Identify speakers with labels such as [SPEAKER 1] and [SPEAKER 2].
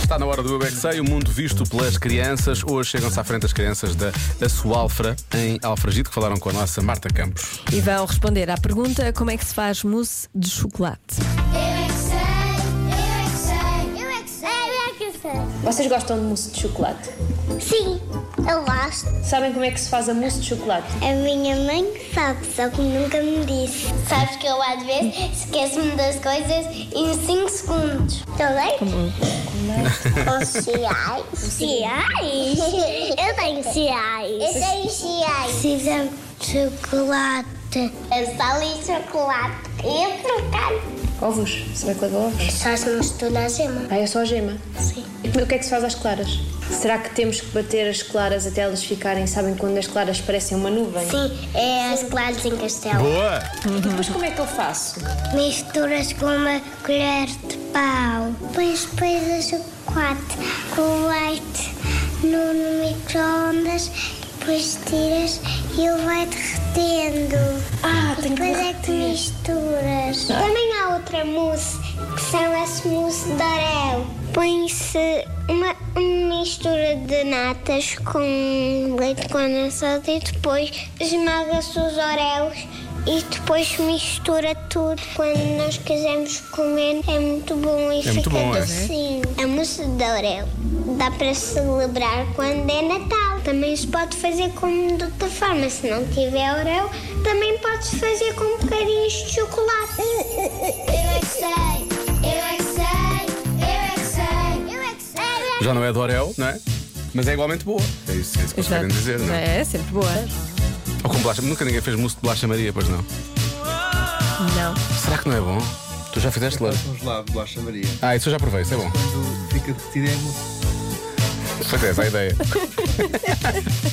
[SPEAKER 1] Está na hora do Eu é Que Sei, o mundo visto pelas crianças. Hoje chegam-se à frente as crianças da Assoalfra, em Alfragide, que falaram com a nossa Marta Campos.
[SPEAKER 2] E vão responder à pergunta como é que se faz mousse de chocolate.
[SPEAKER 3] Eu é que sei, eu é que sei, eu é que sei, eu é que sei.
[SPEAKER 4] Vocês gostam de mousse de chocolate?
[SPEAKER 3] Sim, eu gosto.
[SPEAKER 4] Sabem como é que se faz a mousse de chocolate?
[SPEAKER 3] A minha mãe sabe, só que nunca me disse. Sabes que eu às vezes esqueço-me das coisas em 5 segundos. Também? Os ciais. é? Ciais? Eu tenho ciais. Eu tenho ciais. Precisa de chocolate. É sal e chocolate. E a trocado.
[SPEAKER 4] Ovos? Sabem é que leva ovos?
[SPEAKER 3] É Só se mistura a gema.
[SPEAKER 4] Ah, é só a gema?
[SPEAKER 3] Sim.
[SPEAKER 4] E como- o que é que se faz às claras? Será que temos que bater as claras até elas ficarem, sabem quando as claras parecem uma nuvem?
[SPEAKER 3] Sim, é as claras em castelo.
[SPEAKER 1] Boa!
[SPEAKER 4] E depois como é que eu faço?
[SPEAKER 3] Misturas com uma colher de pau. Depois pões o chocolate com o leite no, no micro-ondas. Depois tiras e ele vai derretendo.
[SPEAKER 4] Ah,
[SPEAKER 3] e
[SPEAKER 4] tenho que
[SPEAKER 3] depois é que misturas.
[SPEAKER 1] Tá.
[SPEAKER 3] Também há outra mousse, que são as mousse de orel. Põe-se uma, uma mistura de natas com leite condensado e depois esmaga-se os orelos e depois mistura tudo. Quando nós quisermos comer é muito bom e
[SPEAKER 1] É muito
[SPEAKER 3] fica
[SPEAKER 1] bom, é?
[SPEAKER 3] docinho. A mousse de orel dá para celebrar quando é Natal. Também se pode fazer com de outra forma. Se não tiver orel, também pode-se fazer com bocadinhos de chocolate. Eu é que sei, eu é que sei, eu é que sei, eu é que sei.
[SPEAKER 1] Já não é do Orel, não é? Mas é igualmente boa. É isso, é isso que eles querem dizer, não é?
[SPEAKER 2] é sempre boa.
[SPEAKER 1] Ou com bolacha. Nunca ninguém fez mousse de bolacha Maria, pois não?
[SPEAKER 2] Não.
[SPEAKER 1] Será que não é bom? Tu já fizeste lá?
[SPEAKER 5] congelado, bolacha Maria.
[SPEAKER 1] Ah, isso eu já provei, isso é bom.
[SPEAKER 5] Quando fica de tiremos.
[SPEAKER 1] Pois é, essa é a ideia.